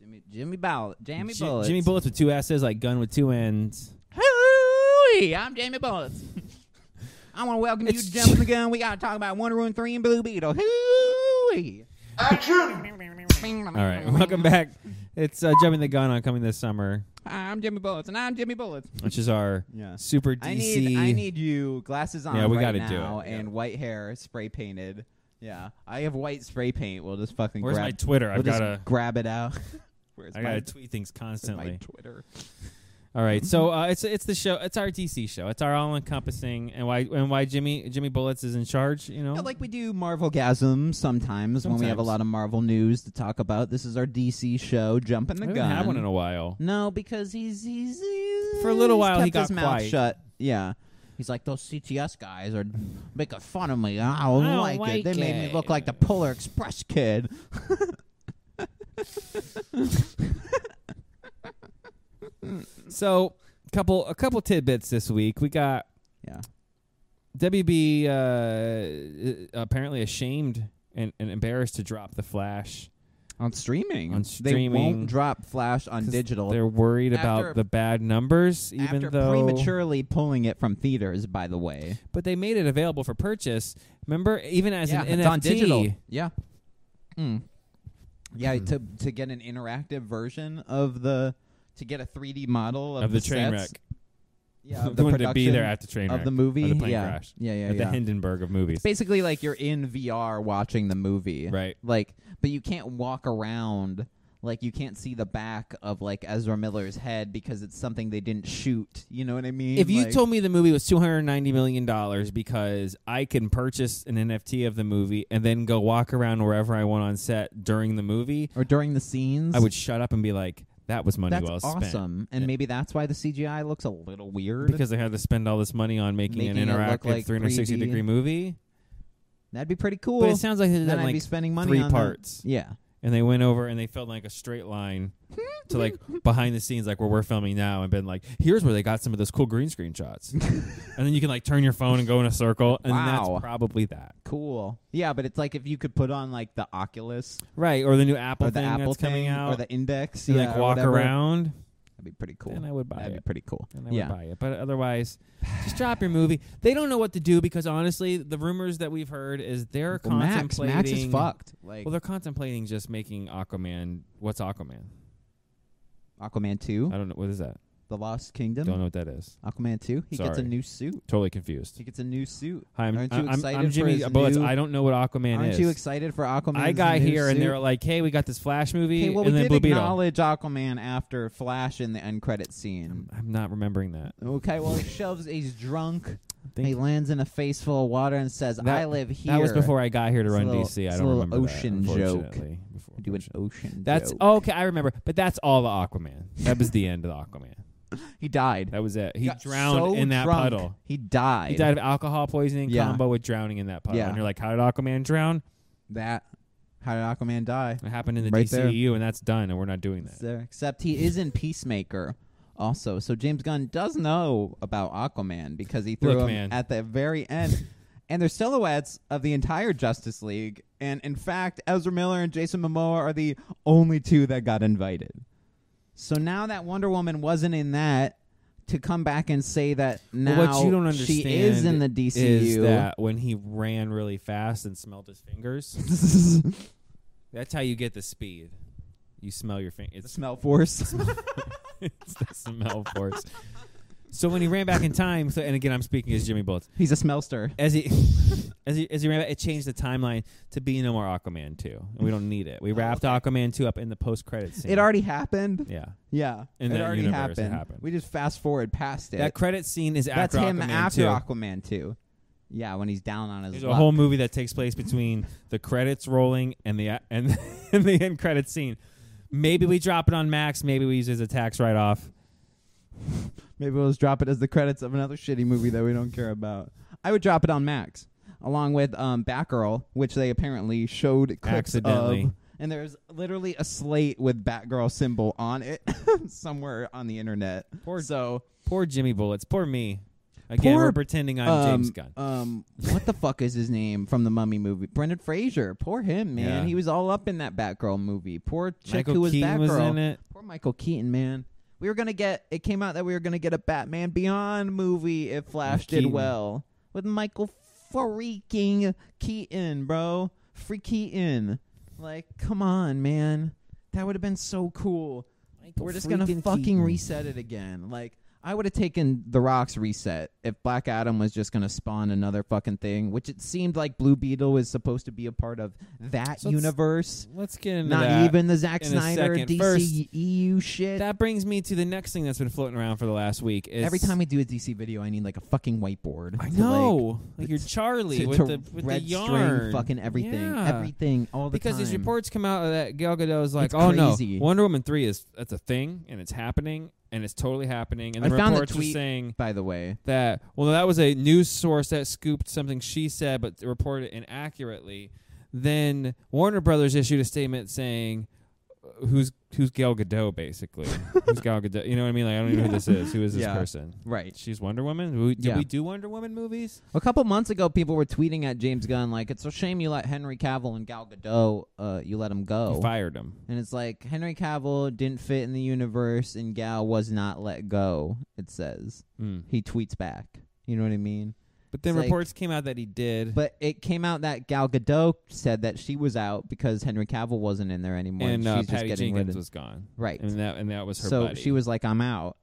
Jimmy Jimmy Ball Jammy Ji- Bullets. Jimmy Bullets with two S's, like gun with two ends. Hooey, I'm Jamie Bullets. I want to welcome you It's- to Jumping the Gun. We got to talk about Wonder Woman 3 and Blue Beetle. Hooey. Action! All right, welcome back. It's uh, jumping the gun on coming this summer, I'm Jimmy Bullets, and I'm Jimmy Bullets. which is our Yeah. super DC. I need, I need you, glasses on Yeah, we right gotta do now, it. and white hair, spray painted. Yeah, I have white spray paint. We'll just fucking Where's grab, my Twitter? we'll I've just got to. grab it out. Where's I my, gotta tweet things where's my constantly. Twitter? All right, so uh, it's it's the show. It's our DC show. It's our all-encompassing, and why and why Jimmy Jimmy Bullets is in charge. You know, Yeah, like we do Marvel Gasm sometimes, when we have a Oh. Sometimes. lot of Marvel news to talk about. This is our DC show, jumping the we gun. haven't had one in a while. No, because he's he's, he's For a little he's while, he kept his got mouth quiet. shut. Yeah. He's like those CTS guys are making fun of me. I don't, I don't like, it. like They made me it." look like the Polar Express kid. So, couple a couple tidbits this week. We got Yeah. WB uh, apparently ashamed and, and embarrassed to drop the Flash. On streaming, On they streaming. won't drop Flash on 'Cause digital. They're worried After- about the bad numbers, even after though. prematurely pulling it from theaters, by the way, But they made it available for purchase. Remember, even as yeah, an it's NFT. on digital. Hmm. Yeah, Mm. yeah. To to get an interactive version of the, to get a 3D model of, Of the train sets. wreck. yeah, of We the wanted to be production. there at the train of wreck. the movie. plane yeah. crash. yeah, yeah, at yeah. the Hindenburg of movies. It's basically like you're in VR watching the movie, Right. Like, but you can't walk around. Like, you can't see the back of like Ezra Miller's head because it's something they didn't shoot. You know what I mean? If you Like- told me the movie was two hundred ninety million dollars because I can purchase an NFT of the movie and then go walk around wherever I want on set during the movie, or during the scenes, I would shut up and be like, "That was money That's well spent." awesome, and Yeah. maybe that's why the CGI looks a little weird. Because they had to spend all this money on making, Making an it look interactive like 360 3D. degree movie, That'd be pretty cool. but it sounds like they did then that in I'd be like spending money three on that. parts, Yeah, and they went over and they filmed like a straight line to like behind the scenes, like where we're filming now, and been like, "Here's where they got some of those cool green screen shots," and then you can like turn your phone and go in a circle, and Wow. that's probably that. cool. Yeah, but it's like if you could put on like the Oculus Right, or the new Apple or the thing Apple that's coming thing, out, or the Index, and, yeah, like or walk whatever, around, That'd be pretty cool. then I would buy That'd be it. pretty cool. Then I yeah. would buy it. But otherwise, just drop your movie. They don't know what to do because honestly, the rumors that we've heard is they're Well, Max, contemplating. Max is fucked. Like Well, they're contemplating just making Aquaman. What's Aquaman? Aquaman two, I don't know. What is that? The Lost Uh, Don't Kingdom. know what that is. Aquaman two. He gets a Sorry. new suit. Totally confused. He gets a new suit. Hi, I'm, Aren't you I'm- I'm- excited I'm for Jimmy his Bullets. new- I don't know what Aquaman Aren't is. you excited for Aquaman? I got here and they were like, "Hey, we got this Flash movie," Okay, well, we and then did Blue Beetle. acknowledge Aquaman after Flash in the end credit scene. I'm not remembering that. Okay, well, he shoves. He's drunk. I think He lands in a face full of water and says, That- "I live here." that was before I got here to It's a run little- DC. it's I a don't little remember ocean that, joke. unfortunately. Before Do an ocean. ocean. That's joke. okay. I remember, but that's all the Aquaman. That was the end of the Aquaman. He died. That was it. He Got drowned so in that drunk, puddle. He died. He died of alcohol poisoning Yeah. combo with drowning in that puddle. Yeah. And you're like, how did Aquaman drown? That. How did Aquaman die? It happened in the Right there. DCEU, and that's done, and we're not doing that. there, except he is in Peacemaker also. So James Gunn does know about Aquaman because he threw Look, him man. at the very end. and there's silhouettes of the entire Justice League. And in fact, Ezra Miller and Jason Momoa are the only two that got invited. So now that Wonder Woman wasn't in that, to come back and say that now But what you don't understand she is in the DCU. is that when he ran really fast and smelled his fingers, that's how you get the speed. You smell your fingers. the It's smell force. it's the smell force. So when he ran back in time, so, and again, I'm speaking as Jimmy Bullets. He's a smellster. As he, as he, as he ran back, it changed the timeline to be no more Aquaman two, and we don't need it. We wrapped Aquaman two up in the post credit scene. Oh, It already happened. yeah. Yeah, In it that already universe, happened. it happened. We just fast forward past it. That credit scene is That's after him Aquaman after 2. Aquaman two. Yeah, when he's down on his There's a luck. whole movie that takes place between the credits rolling and the and, and the end credit scene. Maybe we drop it on Max. Maybe we use it as a tax write off. Maybe we'll just drop it as the credits of another shitty movie that we don't care about. I would drop it on Max, along with um, Batgirl, which they apparently showed clips Accidentally. of. And there's literally a slate with Batgirl symbol on it somewhere on the internet. Poor- so Poor Jimmy Bullets. Poor me. Again, Poor, we're pretending I'm um, James Gunn. Um, what the fuck is his name from the Mummy movie? Brendan Fraser. Poor him, man. Yeah. He was all up in that Batgirl movie. Poor chick Michael who was Keaton Batgirl. was in it. Poor Michael Keaton, man. We were gonna get. It came out that we were gonna get a Batman Beyond movie if Flash did Keaton. well with Michael freaking Keaton, bro. Free Keaton. Like, come on, man. That would have been so cool. We're just gonna fucking reset it again. Like I would have taken the Rock's reset if Black Adam was just gonna spawn another fucking thing, which it seemed like Blue Beetle is supposed to be a part of that So let's- universe, Let's get into not that. even the Zack in a Snyder second. DC EU shit. That brings me to the next thing that's been floating around for the last week. Is Every time we do a DC video, I need like a fucking whiteboard. I to, know, like, like, you're to- like, to, Charlie with to the with red the string yarn, fucking everything, Yeah. everything all the because time. these reports come out that Gal Gadot is like, It's oh crazy. no, Wonder Woman three is that's a thing and it's happening and it's totally happening. And I the found the reports tweet- are saying by the way, that well, that was a news source that scooped something she said but reported inaccurately. Then Warner Brothers issued a statement saying, uh, "Who's who's Gal Gadot basically? who's Gal Gadot? You know what I mean? Like I don't even know who this is. Who is this Yeah. person? right? She's Wonder Woman. We, did Yeah. we do Wonder Woman movies? A couple months ago, people were tweeting at James Gunn like, "It's a shame you let Henry Cavill and Gal Gadot, uh, you let them We go." fired him. And it's like Henry Cavill didn't fit in the universe, and Gal was not let go. It says Mm. he tweets back. You know what I mean? But then It's like- reports came out that he did. But it came out that Gal Gadot said that she was out because Henry Cavill wasn't in there anymore. and she's uh, just Patty getting rid Jenkins of was gone. right. And that and that was her so buddy. she was like, "I'm out.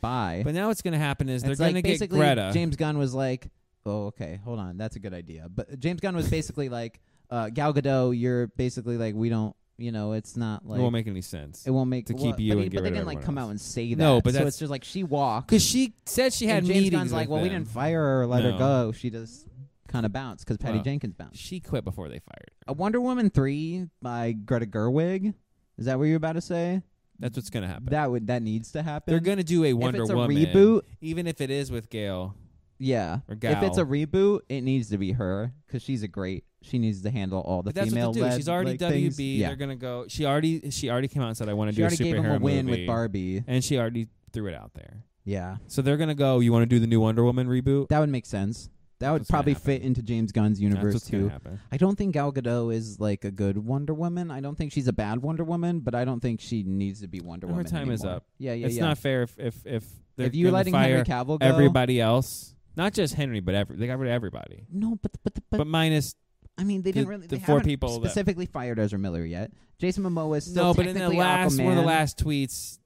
Bye." But now what's going to happen is they're it's going like to get basically Greta. James Gunn was like, "Oh, okay, hold on, that's a good idea." But James Gunn was basically like, uh, "Gal Gadot, you're basically like, we don't, you know, it's not like it won't make any sense it won't make to keep well, you But, he- and but get they rid of didn't like come everyone out and say that. No, but so that's- it's just like she walked. because she said she had and meetings. James Gunn's like, with "Well, we them. didn't fire her, or let her No. go. She just kind of bounced because Patty Well, Jenkins bounced." She quit before they fired. A her. Wonder Woman three by Greta Gerwig. Is that what you're about to say? That's what's going to happen. That would that needs to happen. they're going to do a Wonder if it's a Woman reboot. even if it is with Gail. Yeah. Or If it's a gal. reboot, it needs to be her because she's a great. She needs to handle all the But that's female what they do. She's already like, WB. things. Yeah. They're going to go. She already she already came out and said, "I want to She do a already superhero gave him a win movie," with Barbie. and she already threw it out there. Yeah. So they're going to go. You want to do the new Wonder Woman reboot? That would make sense. That would That's what's gonna probably happen. fit into James Gunn's That's universe what's going too. to happen. I don't think Gal Gadot is like a good Wonder Woman. I don't think she's a bad Wonder Woman, but I don't think she needs to be Wonder Her Woman. time is anymore. up. Yeah, yeah, it's yeah. not fair if if if, they're if you're gonna letting fire Henry Cavill go, everybody else, not just Henry, but every, they got rid of everybody. No, but but, but But, minus I mean, they the- didn't really. the they four haven't people that- specifically fired Ezra Miller yet. Jason Momoa is still no, but in the technically last one of Aquaman. the last tweets,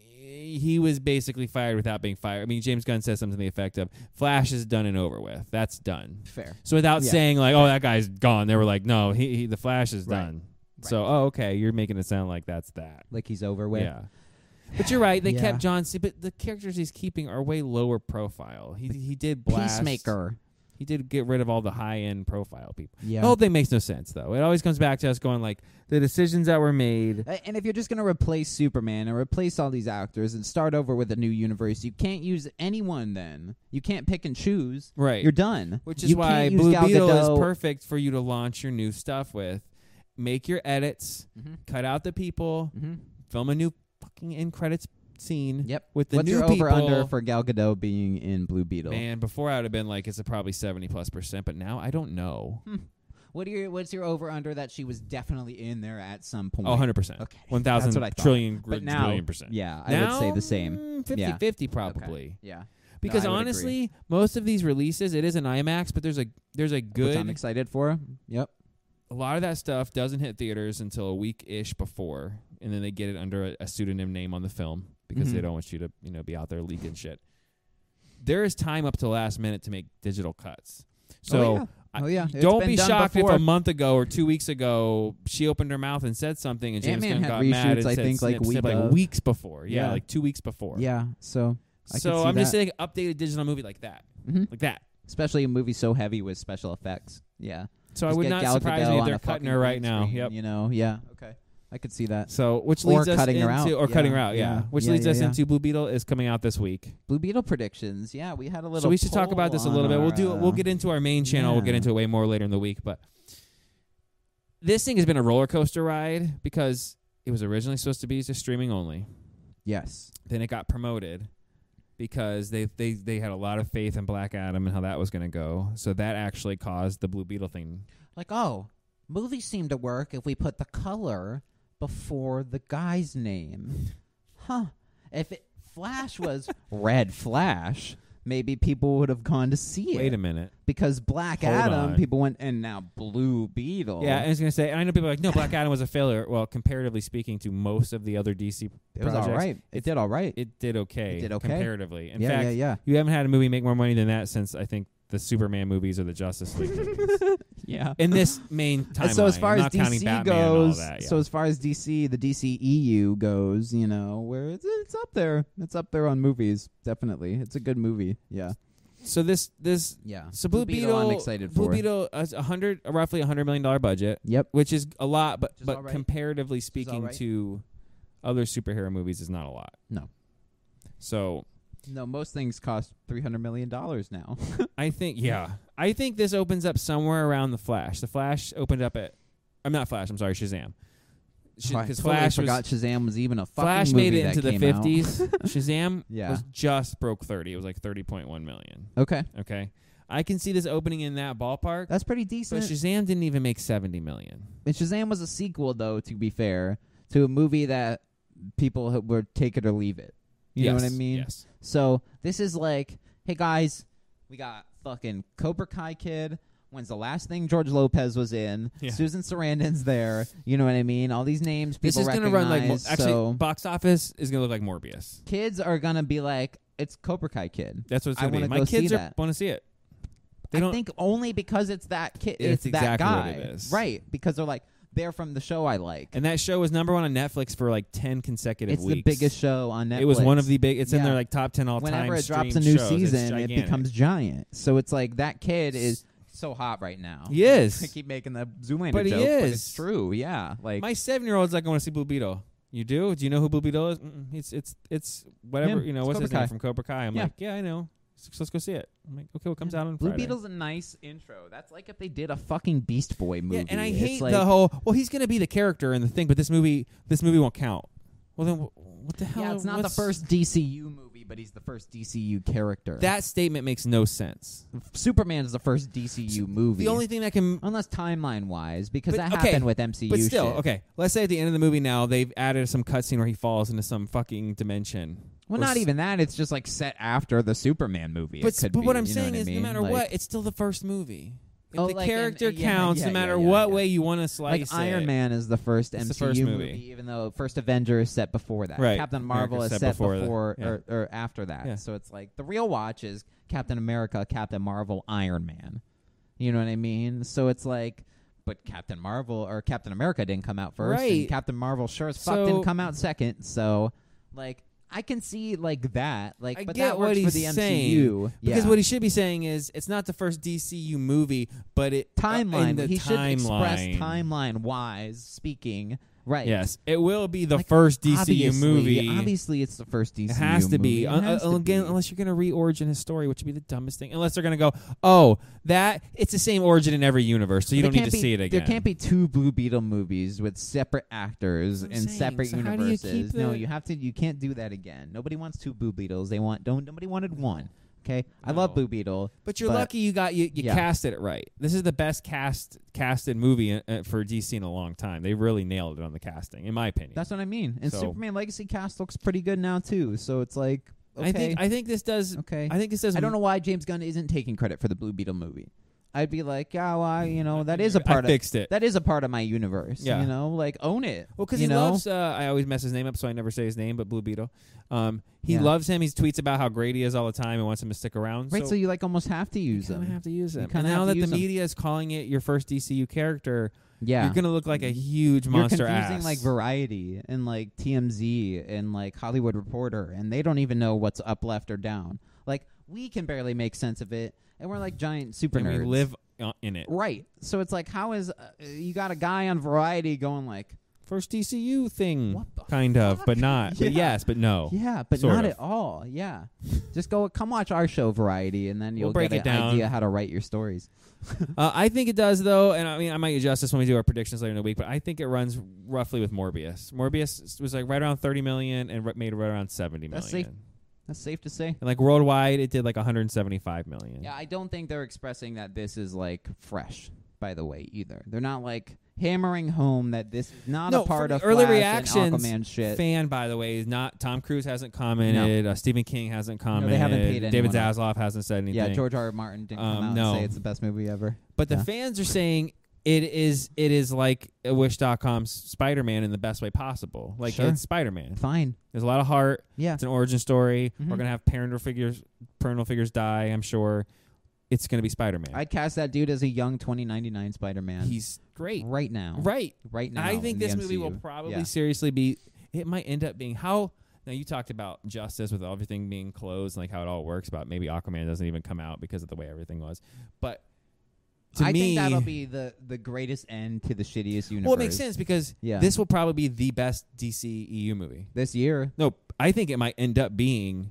he was basically fired without being fired. I mean, James Gunn says something to the effect of, "Flash is done and over with. That's done." Fair. So without Yeah. saying like, "Oh, that guy's gone," they were like, "No, he, he the Flash is Right. done." So, oh, okay, you're making it sound like that's that. Like he's over with. Yeah. But you're right. They Yeah. kept John C. But the characters he's keeping are way lower profile. He he did blast. Peacemaker. He did get rid of all the high end profile people. Yeah. The whole thing makes no sense though. It always comes back to us going like the decisions that were made. Uh, And if you're just going to replace Superman and replace all these actors and start over with a new universe, you can't use anyone then. You can't pick and choose. Right. You're done. Which is You why can't use Blue Gal Beetle Gadot. is perfect for you to launch your new stuff with. Make your edits, Mhm. cut out the people, Mhm. film a new fucking end credits scene. Yep. With the What's new your people. over under for Gal Gadot being in Blue Beetle? Man, before I would have been like, it's a probably seventy plus percent, but now I don't know. What are your What's your over under that she was definitely in there at some point? Oh, 100 percent. Okay. one thousand That's what I thought. trillion gr- But now, trillion percent. yeah, I now, would say the same. 50 Yeah. 50 probably. Okay. Yeah. Because I would agree. honestly, most of these releases, it is an IMAX, but there's a there's a Which I'm good excited for. Oh, Yep. a lot of that stuff doesn't hit theaters until a week ish before, and then they get it under a, a pseudonym name on the film because they Mhm. don't want you to you know be out there leaking shit. There is time up to the last minute to make digital cuts. So oh, yeah. I- Oh, yeah. It's don't been be done shocked before. if a month ago or two weeks ago she opened her mouth and said something and James Ant-Man Gunn got had mad reshoots, and I said think, like, snip, week snip, like of- weeks before. Yeah, Yeah. like two weeks before. Yeah. So I could So see I'm just that. saying, updated digital movie like that, Mhm. like that. especially a movie so heavy with special effects. Yeah. So I Just would get not Gal surprise Gadot me on if a they're cutting fucking her right green now. screen, Yep. You know, yeah. Okay. I could see that. So which Or leads us cutting her into out. or cutting her Yeah, out, yeah. yeah, Which yeah, leads yeah, us yeah. into Blue Beetle is coming out this week. Blue Beetle predictions. Yeah, we had a little so we should talk poll about this a on little bit. We'll our, do we'll uh, get into our main channel. We'll get yeah. into it way more later in the week, but this thing has been a roller coaster ride because it was originally supposed to be just streaming only. Yes. Then it got promoted. because they they they had a lot of faith in Black Adam and how that was going to go. So that actually caused the Blue Beetle thing. Like, oh, movies seem to work if we put the color before the guy's name. Huh. If it, Flash was Red Flash, maybe people would have gone to see it. Wait a minute. because Black Hold Adam, on. people went, and now Blue Beetle. Yeah, I was going to say, and I know people are like, no, Black Adam was a failure. Well, comparatively speaking to most of the other DC it was all projects, right. It did all right. It did okay. It did okay. Comparatively. In yeah, fact, yeah, yeah. you haven't had a movie make more money than that since I think the Superman movies or the Justice League movies. Yeah. In this main And timeline, so as far I'm as not counting DC Batman and all goes, that, yeah. so as far as DC, the DCEU goes, you know, where it's, it's up there. It's up there on movies, definitely. It's a good movie. Yeah. so this this Yeah. so Blue, Beetle, I'm excited Blue for. Beetle, uh, a hundred a roughly a hundred million dollar budget, Yep. which is a lot, but Which is but all right. comparatively all speaking right. to other superhero movies, is not a lot. No. So No, most things cost three hundred million dollars now. I think yeah, I think this opens up somewhere around the Flash. The Flash opened up at, I'm not Flash. I'm sorry, Shazam. Because Oh, I totally Flash was- forgot Shazam was even a fucking Flash movie made it that into the came out. 50s. Shazam Yeah. was just broke 30. It was like 30.1 million. Okay, Okay. I can see this opening in that ballpark. that's pretty but decent. Shazam didn't even make 70 million. And Shazam was a sequel, though, to be fair, to a movie that people h- were take it or leave it. You know what I Yes, mean? Yes. So this is like, hey guys, we got fucking Cobra Kai Kid. When's the last thing George Lopez was in? Yeah. Susan Sarandon's there. You know what I mean? All these names people This is going going to to run like. Mo- actually, so box office is going to look like Morbius. kids are going to be like, it's Cobra Kai Kid. That's what it's I going to be. wanna My go kids see are that. want to see it. They I don't. think only because it's that kid. It's It's, that exactly guy, what it is. right? Because they're like, they're from the show I like. and that show was number one on Netflix for like 10 consecutive it's the weeks. biggest show on Netflix. It was one of the big. It's in Yeah. their like top 10 all time. whenever it drops a streamed new shows. It's season, it gigantic. becomes giant. So it's like that kid is so hot right now. He is. I keep making the Zoolander But he joke, but is. it's true. Yeah, like My seven year old's like, I want to see Blue Beetle. You do? Do you know who Blue Beetle is? Mm-mm. It's it's it's whatever Him. you know. It's what's his Cobra name Kai. from Cobra Kai? I'm Yeah. like, yeah, I know. So let's go see it. I'm like, okay, well, it comes out on Blue Friday. Beetle's a nice intro. That's like if they did a fucking Beast Boy movie. Yeah, and I It's hate like, the whole. Well, he's gonna be the character in the thing, but this movie this movie won't count. Well, then wh- what the hell? Yeah, it's not the what's- first DCU movie, but he's the first DCU character. That statement makes no sense. Superman is the first DCU movie. The only thing that can unless timeline wise, because But- that okay, happened with MCU. But still, shit. okay. Let's say at the end of the movie now they've added some cutscene where he falls into some fucking dimension. Well, Or not s- even that. It's just like set after the Superman movie. But, it could but be, what I'm you know saying I is, no mean? matter Like- what, it's still the first movie. If Oh, the like, um, character yeah, counts, yeah, no matter yeah, what yeah. way you want to like slice Iron it. Man is the first It's MCU the first movie. movie. even though first Avenger is set before that. Right. Captain Marvel America is set before, the- yeah. or, or after that. Yeah. So it's like the real watch is Captain America, Captain Marvel, Iron Man. You know what I mean? So it's like, but Captain Marvel or Captain America didn't come out first, and Right. Captain Marvel sure as fuck So- didn't come out second. So like. I can see like that, like, I but get that what works for he's the MCU saying, Because yeah. what he should be saying is, it's not the first DCU movie, but it uh, in timeline. the he should express timeline. timeline wise speaking, right? Yes, it will be the Like, first DCU obviously, movie. Obviously, it's the first DCU. it has to movie. be. It Un- has un- to again, be. unless you're going to re-origin his story, which would be the dumbest thing. Unless they're going to go, oh, that it's the same origin in every universe, so you There don't need can't to be- see it again. There can't be two Blue Beetle movies with separate actors I'm in saying, separate so how do you universes. keep No, the- you have to. You can't do that again. Nobody wants two Blue Beetles. They want. Don't. Nobody wanted one. Okay. I love No. Blue Beetle. But you're But- lucky you got you, you yeah. casted it right. This is the best cast casted movie uh, uh, for DC in a long time. They really nailed it on the casting, in my opinion. That's what I mean. And So- Superman Legacy cast looks pretty good now too. So it's like. Okay. I think I think this does. okay. I think this does. I don't know why James Gunn isn't taking credit for the Blue Beetle movie. I'd be like, yeah, well, I- you know, that is a I part of fixed it. that is a part of my universe. Yeah. You know, like own it. well, because you he know? loves. Uh, I always mess his name up, so I never say his name. But Blue Beetle, um, he Yeah. loves him. He tweets about how great he is all the time and wants him to stick around. Right, so, you like almost have to you use kind them. of have to use him. And kinda now have to that the use 'em. media is calling it your first DCU character, yeah, you're gonna look like a huge You're monster confusing ass. like Variety and like TMZ and like Hollywood Reporter, and they don't even know what's up, left, or down. Like we can barely make sense of it, and we're like giant super and we nerds. live uh, in it. right, so it's like how is uh, you got a guy on Variety going like, First DCU thing, What the kind of, but fuck? not. But Yeah. yes, but no. yeah, but Oh, Sort not of. at all. Yeah, just go come watch our show Variety, and then We'll you'll break get it an down. idea how to write your stories. Uh, I think it does, though, and I mean, I might adjust this when we do our predictions later in the week. But I think it runs roughly with Morbius. Morbius was like right around thirty million and r- made right around seventy million. That's safe. That's safe to say. And like worldwide, it did like 175 million. Yeah, I don't think they're expressing that this is like fresh. By the way, either they're not like hammering home that this is not No, a part from of the early Flash and reactions, Aquaman shit. Fan, by the way, is not Tom Cruise hasn't commented. Uh, Stephen King hasn't commented. they haven't paid David anyone. Zasloff hasn't said anything. yeah, George R. R. Martin didn't come Um, out no. and say it's the best movie ever. But the Yeah. fans are saying it is it is like a Wish.com's Spider Man in the best way possible. Like Sure. it's Spider Man. Fine. There's a lot of heart. Yeah. It's an origin story. Mhm. We're gonna have parental figures parental figures die, I'm sure. It's gonna be Spider Man. I'd cast that dude as a young 2099 Spider-Man. He's great. right now. Right. Right now. I think in the this movie will MCU. probably Yeah. seriously be it might end up being how now you talked about justice with everything being closed and like how it all works about maybe Aquaman doesn't even come out because of the way everything was. But to I me think that'll be the the greatest end to the shittiest universe. Well, it makes sense because Yeah. this will probably be the best DC EU movie. This year, No, I think it might end up being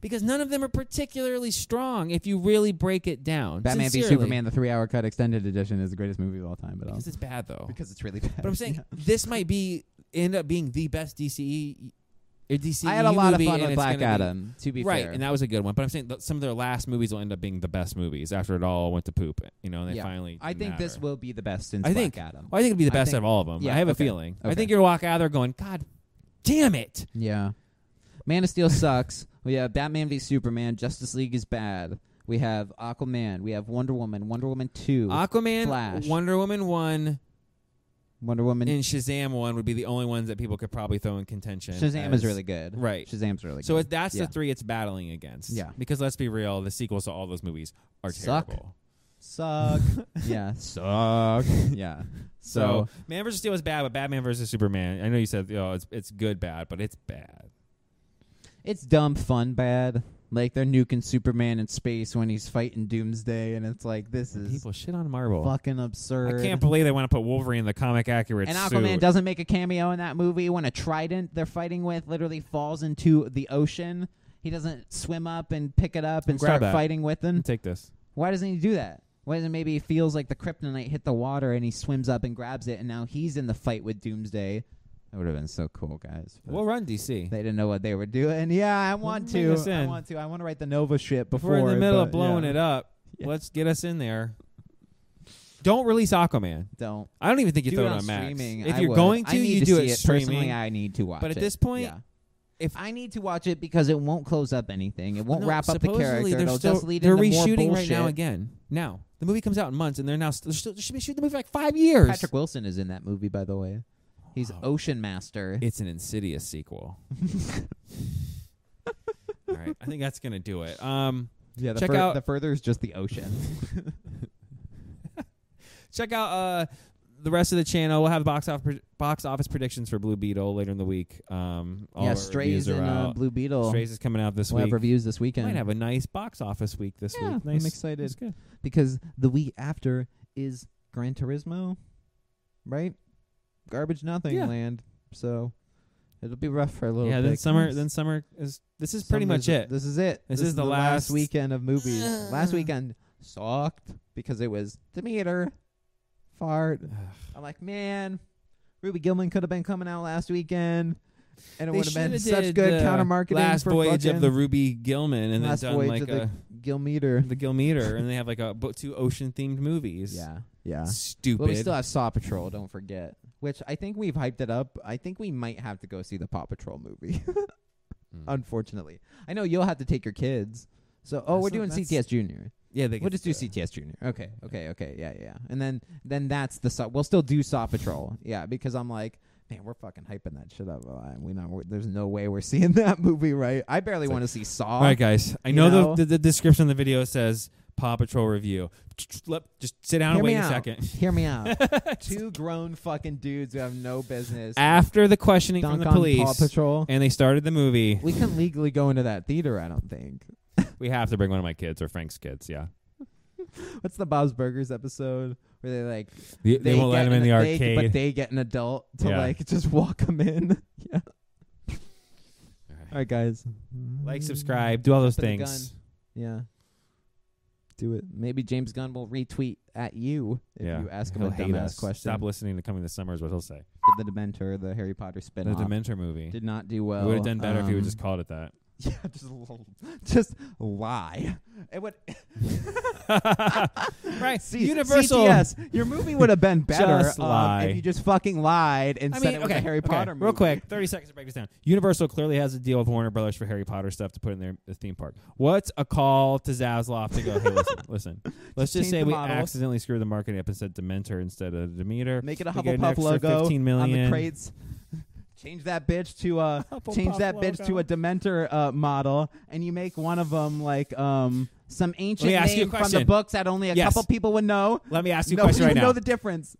because none of them are particularly strong if you really break it down. Batman v Sincerely. Superman: The Three Hour Cut Extended Edition is the greatest movie of all time. But I'll- Because it's bad though. because it's really bad. But I'm saying this might be end up being the best DCE or DCE I had a lot of movie, fun and with it's Black gonna be- Adam. to be right, fair, and that was a good one. But I'm saying that some of their last movies will end up being the best movies after it all went to poop. You know, and they Yeah. finally. I didn't think this matter. will be the best since I think- Black Adam. Well, I think it'd be the I best think- out of all of them. yeah, I have okay, a feeling. I okay. think you'll walk out of there going, "God, damn it." Yeah, Man of Steel sucks. We have Batman v Superman. Justice League is bad. We have Aquaman. We have Wonder Woman. Wonder Woman two. Aquaman, Flash. Wonder Woman one, Wonder Woman. and Shazam one would be the only ones that people could probably throw in contention. Shazam as- is really good. right. Shazam's really So good. it, that's Yeah. the three it's battling against. Yeah. Because let's be real, the sequels to all those movies are Suck. terrible. suck. yeah, suck. Yeah. So, So, Man vs. Steel was bad, but Batman vs. Superman. I know you said you know, it's it's good bad, but it's bad. it's dumb, fun, bad. Like they're nuking Superman in space when he's fighting Doomsday, and it's like this And is People shit on Marvel. fucking absurd. I can't believe they want to put Wolverine in the comic accurate and suit. Aquaman doesn't make a cameo in that movie when a trident they're fighting with literally falls into the ocean. He doesn't swim up and pick it up and Grab start that. fighting with them. Take this. Why doesn't he do that? Why doesn't maybe he feels like the kryptonite hit the water and he swims up and grabs it and now he's in the fight with Doomsday? That would have been so cool, guys. But We'll run DC. They didn't know what they were doing. Yeah, I want bring to. us I in. want to. I want to write the Nova shit If before we're in the middle of but, blowing yeah. it up, Yeah. let's get us in there. Don't release Aquaman. Don't I don't even think you do throw it it on on Max. streaming. If I you're would. going I to, need you to do see it Personally, streaming. I need to watch. But at it. this point, Yeah. if I need to watch it because it won't close up anything. It won't No, wrap up the supposedly character. they're It'll still- just lead They're into reshooting more right bullshit. now again. Now the movie comes out in months, and they're now they're still, they should be shooting the movie for like five years. Oh, Patrick Wilson is in that movie, by the way. He's Wow. Ocean Master. it's an Insidious sequel. All right, I think that's gonna do it. Um, yeah, the check fur- out- the further is just the ocean. check out uh the rest of the channel. We'll have box office pre- box office predictions for Blue Beetle later in the week. Um, all yeah, our Strays reviews are and uh, out. Blue Beetle. Strays is coming out this we'll have week. reviews this weekend. Might have a nice box office week this Yeah, week. Nice. I'm excited. That's good. because the week after is Gran Turismo, right? Garbage Nothing Yeah. Land. So it'll be rough for a little Yeah. bit. Then summer. Then summer is. This is pretty much Summer's- it. This is it. This is the last- weekend of movies. Ugh. last weekend sucked because it was Demeter, fart. I'm like, man, Ruby Gilman could have been coming out last weekend, and it They would have been shoulda such did good the counter marketing. Last for voyage fucking of the Ruby Gilman, and last then done voyage like of a the Gilmeter. the Gilmeter, and they have like a bo- two ocean themed movies. Yeah, yeah. stupid. But we still have Saw Patrol. Don't forget. Which I think we've hyped it up. I think we might have to go see the Paw Patrol movie. Hmm. Mm. Unfortunately, I know you'll have to take your kids. So, oh, That's we're not- doing that's- CTS Junior. yeah, they We'll could- just do CTS Junior. Okay, okay, okay. Yeah, yeah. yeah. And then then that's the Saw. We'll still do Saw Patrol. Yeah, because I'm like, man, we're fucking hyping that shit up. Uh, We not. We're, there's no way we're seeing that movie, right? I barely It's want to see Saw. All right, guys. I You know, know? The, the the description of the video says Paw Patrol review. Let- Just sit down Hear and me wait a out. second. Hear me out. Two grown fucking dudes who have no business. After the questioning dunk from the on Paw police, Patrol. and they started the movie, We couldn't legally go into that theater. I don't think. we have to bring one of my kids or Frank's kids. Yeah, What's the Bob's Burgers episode where they like they, they won't let get him in the an- arcade. they- but they get an adult to Yeah. like just walk them in. yeah. All right. All right, guys. Like, subscribe, do all those Put the things. Yeah. Do it. Maybe James Gunn will retweet at you if yeah, you ask him He'll a hate dumbass us. question. Stop listening to Coming This Summer is what he'll say. The Dementor, the Harry Potter The spin-off, Dementor movie. did not do well. We would have done better if you would Um, just called it that. Yeah, just l- just lie. It would right. see, Universal. CTS, your movie would have been better Just um, lie. if you just fucking lied and I said mean, it was okay, a Harry okay, Potter movie. Real quick, 30 seconds to break this down. Universal clearly has a deal with Warner Brothers for Harry Potter stuff to put in their the theme park. What's a call to Zasloff to go, hey, listen, listen let's Just just change say the we models. accidentally screwed the marketing up and said Dementor instead of Demeter. Make it a We get an Hufflepuff extra logo 15 on the million. crates. Change that bitch to a Hufflepuff change that bitch to logo. a Dementor uh, model, and you make one of them like um some ancient ask you a name from the question. books that only a Yes. couple people would know. Let me ask you a Nobody question right would now. know the difference.